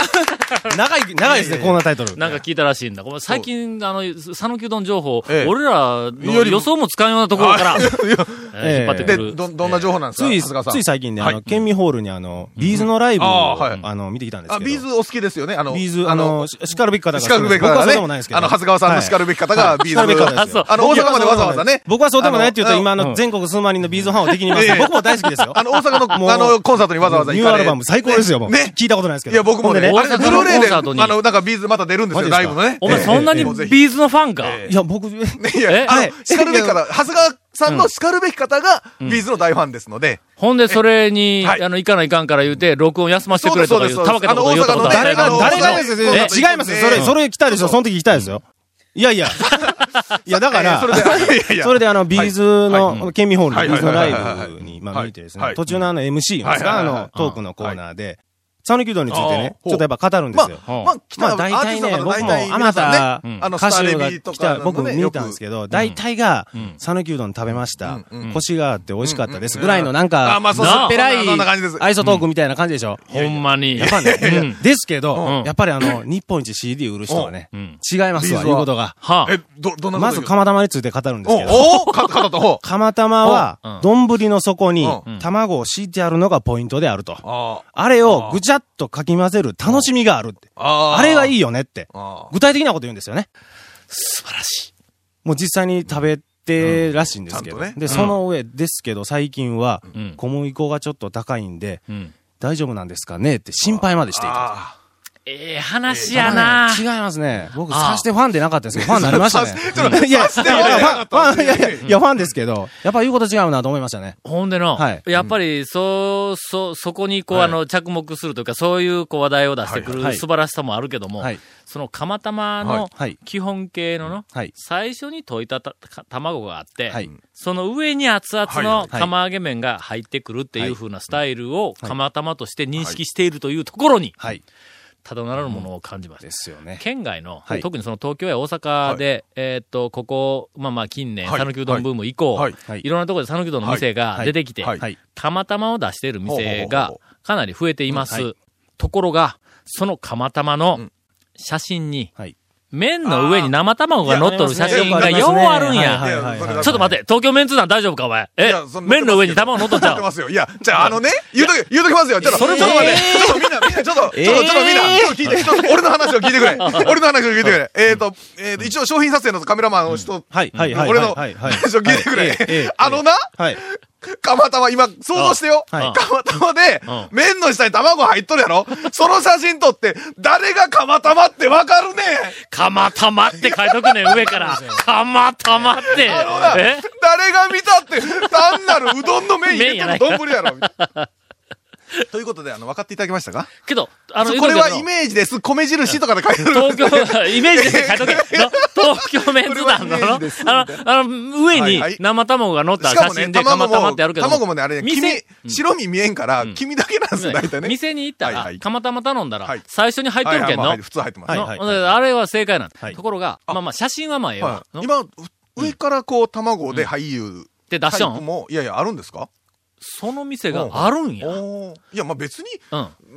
Speaker 5: 長い、長いですね、コーナータイトル。
Speaker 3: なんか聞いたらしいんだ。これ最近、あの、讃岐うどん情報、
Speaker 4: ええ
Speaker 3: 俺らの
Speaker 4: よりも
Speaker 3: 予想も使うようなところ から、えー引っ張ってく
Speaker 4: で、
Speaker 3: る。
Speaker 4: ど、どんな情報なんですか
Speaker 5: つい、
Speaker 4: 長谷川さん
Speaker 5: つい最近ね、あ
Speaker 4: は
Speaker 5: の、
Speaker 4: い
Speaker 5: 県民ホールにあの、ビーズのライブを、
Speaker 4: うんあーはい
Speaker 5: あの、見てきたんです
Speaker 4: あ、
Speaker 5: けど。
Speaker 4: ビーズお好きですよね。あの、
Speaker 5: ビーズ、あの、ししかるべき方が。
Speaker 4: しかるべき方
Speaker 5: 僕
Speaker 4: が
Speaker 5: はそう
Speaker 4: ね。
Speaker 5: でもないですけど。
Speaker 4: あの、長谷川さんのしかるべき方が
Speaker 5: はい
Speaker 4: ビーズの
Speaker 5: しかるべき方です
Speaker 3: よ
Speaker 4: あの、大
Speaker 5: 僕は
Speaker 4: 阪までわざわざね。
Speaker 5: 僕はそうでもないって言うと、
Speaker 4: あの
Speaker 5: 今あ
Speaker 3: う
Speaker 5: の、
Speaker 3: ん
Speaker 5: 全国数万人のビーズファンを敵に回して、
Speaker 4: ええ
Speaker 5: 僕も大好きですよ。
Speaker 4: あの、大阪
Speaker 5: もう
Speaker 4: の、あの、コンサートにわざわざ
Speaker 5: ニ
Speaker 4: 行
Speaker 5: ュー
Speaker 4: か
Speaker 5: ア
Speaker 4: れ
Speaker 5: ルバム最高ですよ、もう。
Speaker 4: ね。
Speaker 5: 聞いた ことないですけど。
Speaker 4: いや、僕もね、
Speaker 5: ほんで
Speaker 4: あ
Speaker 3: 大
Speaker 4: れ、
Speaker 3: 阪
Speaker 4: ブルーレイ
Speaker 3: コンサートに
Speaker 4: で、あの、なんかビーズまた出るんですよ、
Speaker 5: マ
Speaker 4: ラ
Speaker 5: ジ
Speaker 4: イ
Speaker 5: で
Speaker 4: ブ
Speaker 5: すか
Speaker 4: のね。
Speaker 3: お前そんなに
Speaker 4: ええええ
Speaker 3: ビーズのファンか。
Speaker 4: え
Speaker 5: いや、僕、
Speaker 4: い
Speaker 3: え
Speaker 4: や、あ
Speaker 5: え
Speaker 4: の、しかるべき方、長谷川さんのしかるべき方が、ビーズの大ファンですので、
Speaker 3: ほんで、それに、
Speaker 4: はい
Speaker 3: あの、行かないかんから言うて、録音休ませてくれとか言、
Speaker 4: そううです
Speaker 3: た
Speaker 4: そう
Speaker 3: わ
Speaker 4: で
Speaker 3: け
Speaker 4: す
Speaker 3: たこと言うたことは
Speaker 4: あの大阪の
Speaker 5: 誰が、誰が
Speaker 4: 大
Speaker 5: で
Speaker 4: 阪
Speaker 5: す
Speaker 4: の
Speaker 5: よ、
Speaker 4: え
Speaker 5: 違いますよ。それ、それ聞きたいでしょ、その時聞きたいですよ。い やいや。いや、だか
Speaker 4: ええ
Speaker 5: ら
Speaker 4: そ、れで、いやいや
Speaker 5: それであの、ビーズの、
Speaker 4: はい
Speaker 5: 県民ホール
Speaker 4: はい
Speaker 5: のビーズの
Speaker 4: はいはいはい
Speaker 5: ライブに、まあ
Speaker 4: はい
Speaker 5: 見てです
Speaker 4: は
Speaker 5: ね、
Speaker 4: い
Speaker 5: 途中のあの MC ですか、
Speaker 4: は
Speaker 5: あ
Speaker 4: いはいはい
Speaker 5: の、トークのコーナーで、サヌキうどんについてね、
Speaker 4: あー
Speaker 5: ちょっとやっぱ語るんで
Speaker 4: ます
Speaker 5: よ。
Speaker 4: あ、まあ、来た
Speaker 5: まあ
Speaker 4: ア
Speaker 5: 大
Speaker 4: ーティ
Speaker 5: 体
Speaker 4: スト
Speaker 5: ね、
Speaker 4: の
Speaker 5: 僕
Speaker 4: 方、大
Speaker 5: も
Speaker 4: 体
Speaker 5: あ
Speaker 4: 皆
Speaker 5: な
Speaker 4: さんね、
Speaker 5: た、
Speaker 4: あの、
Speaker 5: 歌
Speaker 4: スタ
Speaker 5: 手
Speaker 4: レ
Speaker 5: が
Speaker 4: ビと
Speaker 5: 来
Speaker 4: か
Speaker 5: た、
Speaker 4: の
Speaker 5: 僕
Speaker 4: ね、
Speaker 5: 見
Speaker 4: よ
Speaker 5: たん
Speaker 4: く
Speaker 5: ですけど、大体が、讃岐うどん食べました
Speaker 4: うんう、ん
Speaker 5: コシがあって美味しかったです、ぐらいのなんか、
Speaker 4: あまあそう
Speaker 3: そう
Speaker 5: なっぺらい
Speaker 4: そんな感じです、
Speaker 5: 愛想トークみたいな感じでしょ。
Speaker 3: ほんまに。
Speaker 5: やっぱね、
Speaker 3: うん
Speaker 5: ですけ
Speaker 3: う
Speaker 5: ど
Speaker 3: ん、
Speaker 5: やっぱりあの、日本一 CD 売る人はね
Speaker 3: うん、
Speaker 5: 違います
Speaker 4: ビー
Speaker 5: わ、
Speaker 4: ズは
Speaker 5: 言うことが。
Speaker 3: は
Speaker 4: え、ど、どんな
Speaker 5: ま
Speaker 4: こと
Speaker 5: ず、
Speaker 4: 言う
Speaker 5: 釜玉について語るんですけど。
Speaker 4: お、お、か、かと、ほう。
Speaker 5: 釜玉
Speaker 3: おうん
Speaker 5: は、丼の底に
Speaker 4: う
Speaker 5: 卵を敷いてあるのがポイントであると。
Speaker 4: あ
Speaker 5: あれをぐちゃっとかき混ぜる楽しみがあるって。
Speaker 4: あ。
Speaker 5: あれがい
Speaker 4: い。
Speaker 5: いよねって
Speaker 4: あ。
Speaker 5: 具体的なこと言うんですよね。
Speaker 3: 素晴らし
Speaker 5: もう実際に食べてらしいんですけど。
Speaker 4: うんちゃんとね
Speaker 5: で、その上ですけど、最近は
Speaker 3: ん、
Speaker 5: 小麦粉がちょっと高いんで、
Speaker 3: い。うん。
Speaker 5: 大丈夫なんですかねって心配までしていた。
Speaker 4: あ
Speaker 3: ええ話やな
Speaker 5: 違いますね。僕、
Speaker 3: ああ
Speaker 5: さしてファンでなかったですけど、ファンになり ましたね。いや、いやいやファン、ファンいやいやいや、ファンですけど、やっぱ言うこと違うなと思いましたね。
Speaker 3: ほんでの、
Speaker 5: はい
Speaker 3: やっぱり、そう、そう、そこに、こう、
Speaker 4: はい
Speaker 3: あの、着目するというか、そういう、こう、話題を出してく
Speaker 5: はいは
Speaker 3: る
Speaker 5: い
Speaker 3: 素晴らしさもあるけども、
Speaker 5: はい
Speaker 3: その、釜玉の
Speaker 5: はいはい、
Speaker 3: 基本形のの、
Speaker 5: はい
Speaker 3: 最初に溶いたたか卵があって、
Speaker 5: はい
Speaker 3: その上に熱々
Speaker 4: はい
Speaker 3: の
Speaker 4: はい
Speaker 3: 釜揚げ麺が入ってくるっていう風なスタイルを、
Speaker 5: はい
Speaker 3: 釜玉として認識しているというところに、
Speaker 5: はい。
Speaker 3: ただならぬものを感じました
Speaker 5: で。すよね。
Speaker 3: 県外の、
Speaker 5: はい
Speaker 3: 特にその東京や大阪で、えーっと、ここ、まあまあ近年、
Speaker 4: はい
Speaker 3: 讃岐うどんブーム以降、
Speaker 4: はいい
Speaker 5: はい
Speaker 3: ろんなところで讃岐うどんの店が
Speaker 5: はい
Speaker 3: 出てきて、
Speaker 4: はい
Speaker 5: はい
Speaker 3: たまたまを出している店
Speaker 4: ほうほうほう
Speaker 3: が
Speaker 4: ほ
Speaker 3: かなり増えています。
Speaker 5: うんは
Speaker 3: ところが、その釜玉の
Speaker 4: ん
Speaker 3: 写真に、
Speaker 5: はい。
Speaker 3: 麺の上に生卵が乗っとる写真
Speaker 5: よく
Speaker 3: が
Speaker 5: ります
Speaker 3: よう
Speaker 5: ね
Speaker 3: あるんや。
Speaker 5: はいはいはいはい
Speaker 4: いや
Speaker 3: ちょっと待って、東京メンツ団大丈夫かお前。
Speaker 4: い
Speaker 3: え
Speaker 4: やそ、んな
Speaker 3: 麺の上に卵乗っとっち
Speaker 4: や
Speaker 3: ゃ
Speaker 4: って
Speaker 3: う。
Speaker 4: ますよ。いや、じゃあ、あのね、言うとき、言うときますよ。ちょっと、
Speaker 3: それ
Speaker 4: ちょっと待って。ちょっとみんな、みんな、ちょっと、ちょっと、ちょっとみんな、ちょっと聞いて、ちょっと俺の話を聞いてくれ。俺の話を聞いてくれ。えっと、えっと、一応商品撮影のカメラマンの人、
Speaker 5: はい、はい、はい。
Speaker 4: 俺の
Speaker 5: はい、はい。
Speaker 4: 話を聞いてく
Speaker 5: はいええええ
Speaker 4: れ。あのな、
Speaker 5: はい。
Speaker 4: 釜玉、今、想像してよ。
Speaker 5: はい
Speaker 4: 釜玉で
Speaker 3: ん、
Speaker 4: 麺の下に卵入っとるやろその写真撮って、誰が釜玉ってわかるねん
Speaker 3: 釜玉って書いとくね、上 から。釜玉って。
Speaker 4: あのな、
Speaker 3: え
Speaker 4: 誰が見たって、単なるうどんの麺入
Speaker 3: 麺や
Speaker 4: れ
Speaker 3: な
Speaker 4: て
Speaker 3: い
Speaker 4: る
Speaker 3: か
Speaker 4: 丼やろみたいなということで、あの、分かっていただきましたか
Speaker 3: けど、あの、
Speaker 4: そうこれは
Speaker 3: 言うとくけ
Speaker 4: イ
Speaker 3: ど
Speaker 4: メージです。米印とかで書いてある。
Speaker 3: 東京、 イメージで書いと け。の東京メンズ団の
Speaker 4: これ
Speaker 3: の
Speaker 4: はイメージです、
Speaker 3: あの、あの、上
Speaker 4: はい
Speaker 3: に
Speaker 4: はい
Speaker 3: 生卵が乗った
Speaker 4: しか
Speaker 3: 写
Speaker 4: もね、
Speaker 3: 真で、たま
Speaker 4: 卵
Speaker 3: たまっ
Speaker 4: も、
Speaker 3: てあるけど。
Speaker 4: 卵もね、あれね、
Speaker 3: 店
Speaker 4: 黄身、白身見えんから、黄身だけなんですよ、大体ね。
Speaker 3: 店に行った
Speaker 4: はいは
Speaker 3: ら、
Speaker 4: い
Speaker 3: かまたま頼んだら
Speaker 4: はい、
Speaker 3: 最初に入っ
Speaker 4: は
Speaker 3: と
Speaker 4: い
Speaker 3: る
Speaker 4: は
Speaker 3: け
Speaker 4: い
Speaker 3: ん
Speaker 4: まあ
Speaker 3: の。
Speaker 4: 普通入ってますね。
Speaker 3: のあれは正解なんだ。ところが、
Speaker 4: あ
Speaker 3: まあまあ、写真はまあええわ
Speaker 4: は。い
Speaker 3: のっ
Speaker 4: 今、上からこう、卵で俳優。
Speaker 3: て出しちゃう
Speaker 4: タイプ
Speaker 3: ん
Speaker 4: も、いやいや、あるんですか
Speaker 3: その店があるんや。う
Speaker 4: おーいや、まあ別に、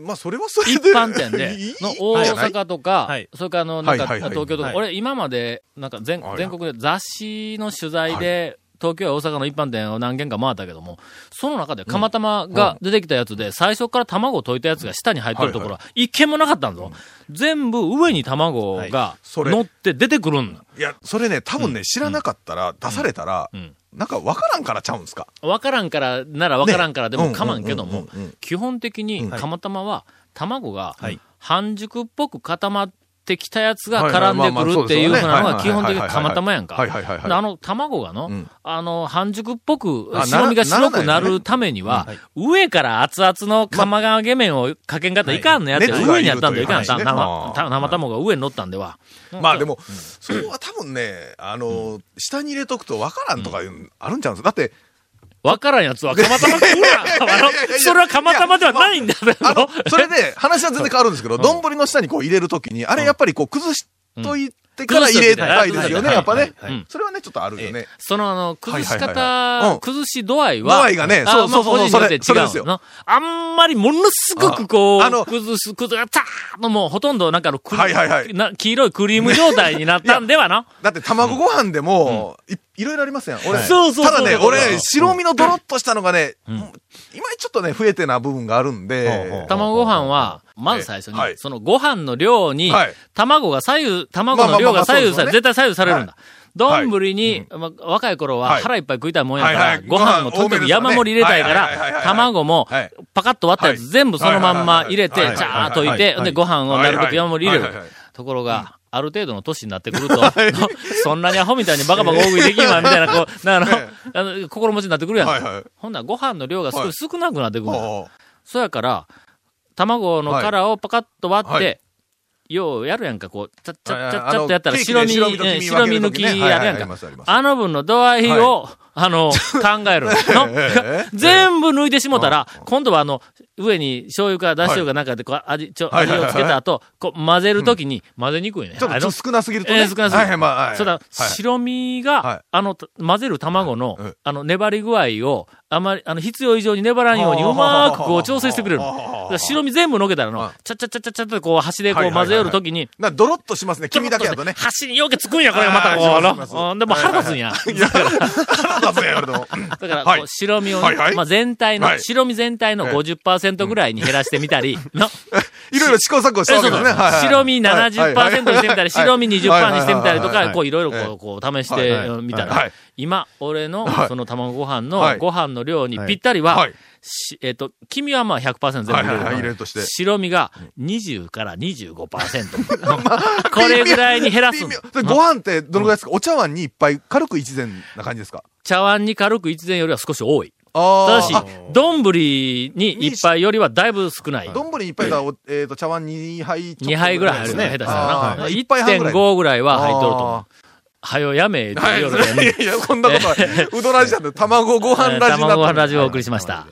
Speaker 3: ん。
Speaker 4: まあそれはそれ
Speaker 3: 一
Speaker 4: で。
Speaker 3: 般店で
Speaker 4: いいいいん、
Speaker 3: の
Speaker 4: じ
Speaker 3: 大
Speaker 4: ゃない
Speaker 3: 阪とか
Speaker 5: はい、
Speaker 3: それからあの、なんか
Speaker 4: はいはいはい
Speaker 3: 東京とか
Speaker 5: は、い
Speaker 3: 俺今まで、なんか全
Speaker 4: あら
Speaker 3: 全国で雑誌の取材で、東京や大阪の一般店を何軒か回ったけども、その中で釜玉が出てきたやつで、最初から卵を溶いたやつが下に入ってるところは、一軒もなかったんぞ。全部上に卵が
Speaker 4: それ
Speaker 3: 乗って出てくるんだ。
Speaker 4: いや、それね、多分ね、知らなかったら、出されたら
Speaker 3: ん、
Speaker 4: なんかわからんからちゃうんですか
Speaker 3: わからんからならわからんからでも
Speaker 4: ね
Speaker 3: かまんけど
Speaker 4: う
Speaker 3: も
Speaker 4: んうんうんうん、
Speaker 3: 基本的に釜玉は卵が
Speaker 5: はい
Speaker 3: 半熟っぽく固まってきたやつ
Speaker 4: は
Speaker 3: が
Speaker 4: いはい
Speaker 3: 絡んでくるっていうふう
Speaker 4: ま
Speaker 3: な
Speaker 4: あ
Speaker 3: の
Speaker 4: まあ
Speaker 3: が
Speaker 4: そうです
Speaker 3: 基
Speaker 4: よね
Speaker 3: 本的に釜玉やん
Speaker 4: は
Speaker 3: か
Speaker 4: い。はいはいはい。
Speaker 3: あの卵がの、
Speaker 4: うん
Speaker 3: あの半熟っぽく
Speaker 4: あな
Speaker 3: 白身が白くなるためには、
Speaker 5: なら
Speaker 3: 上から熱々の釜揚げ麺をかけんかったらいかんのやつや、
Speaker 4: はい熱が
Speaker 3: 上にあったんでいかん
Speaker 4: いると
Speaker 3: 生
Speaker 4: いう話ねあー
Speaker 3: 生生卵が上に乗ったんでは、
Speaker 4: まあでも、それは多分ね、あの、下に入れとくとわからんとかいう、あるんちゃうんですかだって、
Speaker 3: わからんやつは釜玉食うなあのそれは釜玉ではないんだよ
Speaker 4: あの、それで、話は全然変わるんですけど、丼の下にこう入れるときに、あれやっぱりこう崩しといてから入れたいですよね、
Speaker 3: うん
Speaker 4: やっぱね
Speaker 3: はいはい。
Speaker 4: それはね、ちょっとあるよね。
Speaker 3: その、あの、崩し
Speaker 4: はいはいはい
Speaker 3: 方
Speaker 4: う、ん
Speaker 3: 崩し度合いは。
Speaker 4: 度合いがね
Speaker 3: あ
Speaker 4: そうそうそ
Speaker 3: ま
Speaker 4: う
Speaker 3: あ個人によって
Speaker 4: それ
Speaker 3: 違う
Speaker 4: それです
Speaker 3: の。あんまりものすごくこう、
Speaker 4: ああの
Speaker 3: 崩す、崩す、たーのもうほとんどなんかのクリ
Speaker 4: はいはいはい
Speaker 3: な黄色いクリーム状態になったんではな。
Speaker 4: だって卵ご飯でも、いいろいろありますやん。俺、
Speaker 3: そうそうそう
Speaker 4: ただね、
Speaker 3: そうそうそう
Speaker 4: 俺、白身のドロッとしたのがね、今ちょっとね、増えてな部分があるんで、
Speaker 3: 卵ご飯は、まず最初
Speaker 4: は
Speaker 3: に、
Speaker 4: い
Speaker 3: そのご飯の量に
Speaker 4: はい、
Speaker 3: 卵が左右、卵の量が左右され、
Speaker 4: まあまあまあそうですよね
Speaker 3: 絶対左右されるんだ。
Speaker 4: はい
Speaker 3: 丼に、まあ若い頃は
Speaker 4: はい
Speaker 3: 腹いっぱい食いたいもんやか
Speaker 4: はいは
Speaker 3: ら、
Speaker 4: い
Speaker 3: ご飯もとにかく山盛り入れたいか
Speaker 4: ご飯多めですからねはいはいはいはい
Speaker 3: ら、
Speaker 4: はい
Speaker 3: 卵も
Speaker 4: はい、
Speaker 3: パカッと割ったやつ
Speaker 4: はい
Speaker 3: 全部そのまんま入れて、
Speaker 4: はい
Speaker 3: ジ
Speaker 4: はいはいは
Speaker 3: ャ
Speaker 4: い
Speaker 3: ーっと置いて、で、ご飯をなるべく山盛り入れ
Speaker 4: はいはい
Speaker 3: る
Speaker 4: はい。
Speaker 3: ところが、ある程度の年になってくると、 そんなにアホみたいにバカバカ大食いできんわ、みたいな、こう、なあの、あ の心持ちになってくるやん
Speaker 4: はいはい。
Speaker 3: ほんならご飯の量が少し少なくなってくるんだ。
Speaker 4: おう
Speaker 3: そやから、卵の殻をパカッと割って、
Speaker 4: はいは
Speaker 3: ようやるやんか、こう、ちゃっちゃっちゃっ
Speaker 4: はい
Speaker 3: ちゃ
Speaker 4: あ
Speaker 3: っ
Speaker 4: の
Speaker 3: とやったら
Speaker 4: ケーキ
Speaker 3: 白
Speaker 4: で
Speaker 3: 身、
Speaker 4: 白身と黄身
Speaker 3: えー白身抜
Speaker 4: 分け
Speaker 3: き
Speaker 4: る時ね
Speaker 3: やるやん
Speaker 4: はいはいあり
Speaker 3: か
Speaker 4: ますあり。ます
Speaker 3: あの分の度合いを、 あの、考 えるの。の 全部抜いてしもたら、今度はあの、上に醤油か出汁かなんかでこう味、ちょ、
Speaker 4: はい
Speaker 3: 味
Speaker 4: はいはい
Speaker 3: をつけた後、こう混ぜるときに混ぜにくいね。
Speaker 4: ちょっ
Speaker 3: あ
Speaker 4: と
Speaker 3: の
Speaker 4: 少なすぎると
Speaker 3: え
Speaker 4: ね。
Speaker 3: ー少なすぎる
Speaker 4: はいはい、まあはい。
Speaker 3: そうだ、
Speaker 4: はい
Speaker 3: 白身が、
Speaker 4: はい
Speaker 3: あの、た混ぜる卵の、
Speaker 4: うん
Speaker 3: あの、粘り具合を、あまり、あの、必要以上に粘らんように、うまーくこう調整してくれるの。
Speaker 4: は
Speaker 3: だ
Speaker 4: ははは
Speaker 3: から白身全部のけたらの
Speaker 4: は、
Speaker 3: ちゃちゃちゃちゃちゃってこう、端でこ
Speaker 4: は
Speaker 3: う
Speaker 4: いはいは
Speaker 3: 混
Speaker 4: い
Speaker 3: ぜよるときに、
Speaker 4: なドロッとしますね、黄身だけだとね。
Speaker 3: 端によけつくんや、これがまたこう
Speaker 4: あーしますします
Speaker 3: あの。うんでも腹立つん や。
Speaker 4: 腹立つねやるとも。
Speaker 3: だから、
Speaker 4: はい
Speaker 3: こう白身をね、
Speaker 4: はいはい
Speaker 3: まあ、全体の、
Speaker 4: はい
Speaker 3: 白身全体の
Speaker 4: ええ
Speaker 3: 50%ぐらいに減らしてみた り、の、
Speaker 4: いろいろ試行錯誤して
Speaker 3: そう
Speaker 4: わ
Speaker 3: そ
Speaker 4: け
Speaker 3: う
Speaker 4: で
Speaker 3: そう
Speaker 4: すね。はいはい
Speaker 3: 白身70%にしてみたり、白身20%にしてみたりと
Speaker 4: はいはいはいはいはいはいはい
Speaker 3: か、こういろいろこう、こう試して
Speaker 4: はいはい
Speaker 3: みた
Speaker 4: は
Speaker 3: ら
Speaker 4: い、
Speaker 3: 今、俺の
Speaker 4: はい
Speaker 3: その卵ご飯
Speaker 4: は
Speaker 3: の
Speaker 4: い
Speaker 3: ご飯の量にぴったりは
Speaker 4: はい、
Speaker 3: しえっと、黄身はまあ100%全部入れ
Speaker 4: はいはいはい入れ
Speaker 3: る
Speaker 4: る
Speaker 3: と
Speaker 4: と
Speaker 3: し
Speaker 4: してて
Speaker 3: 白身が20から25%。これぐらいに減らす
Speaker 4: 微。妙それご飯ってどのぐらいですかお茶碗に一杯、軽く一膳な感じですか
Speaker 3: 茶碗に軽く1膳よりは少し多い。ただ
Speaker 4: あ
Speaker 3: し
Speaker 4: ーあ、
Speaker 3: 丼に1杯よりはだいぶ少ない。
Speaker 4: 丼に一杯だったら、おえっと、茶碗2杯ちょっと
Speaker 3: 2杯ぐらい入るね、下手
Speaker 4: です
Speaker 3: した
Speaker 4: あ
Speaker 3: ら
Speaker 4: ー
Speaker 3: な。
Speaker 4: 一杯半ぐらい。
Speaker 3: 1.5ぐらいは入っとると思う
Speaker 4: あー。
Speaker 3: はよやめえって
Speaker 4: はい、
Speaker 3: 言うようなもん、
Speaker 4: いやいや、こんなことは、うどらじなんで、卵ご飯ラジになったんで
Speaker 3: 卵はラジオをお送りしました。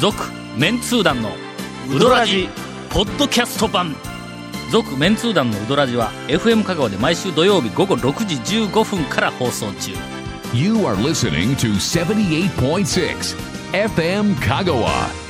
Speaker 3: 続、メンツー団のウドラジ、ポッドキャスト版。続、メンツー団のウドラジは、FM 香川で毎週土曜日午後6時15分から放送中。
Speaker 2: You are listening to 78.6 FM Kagawa.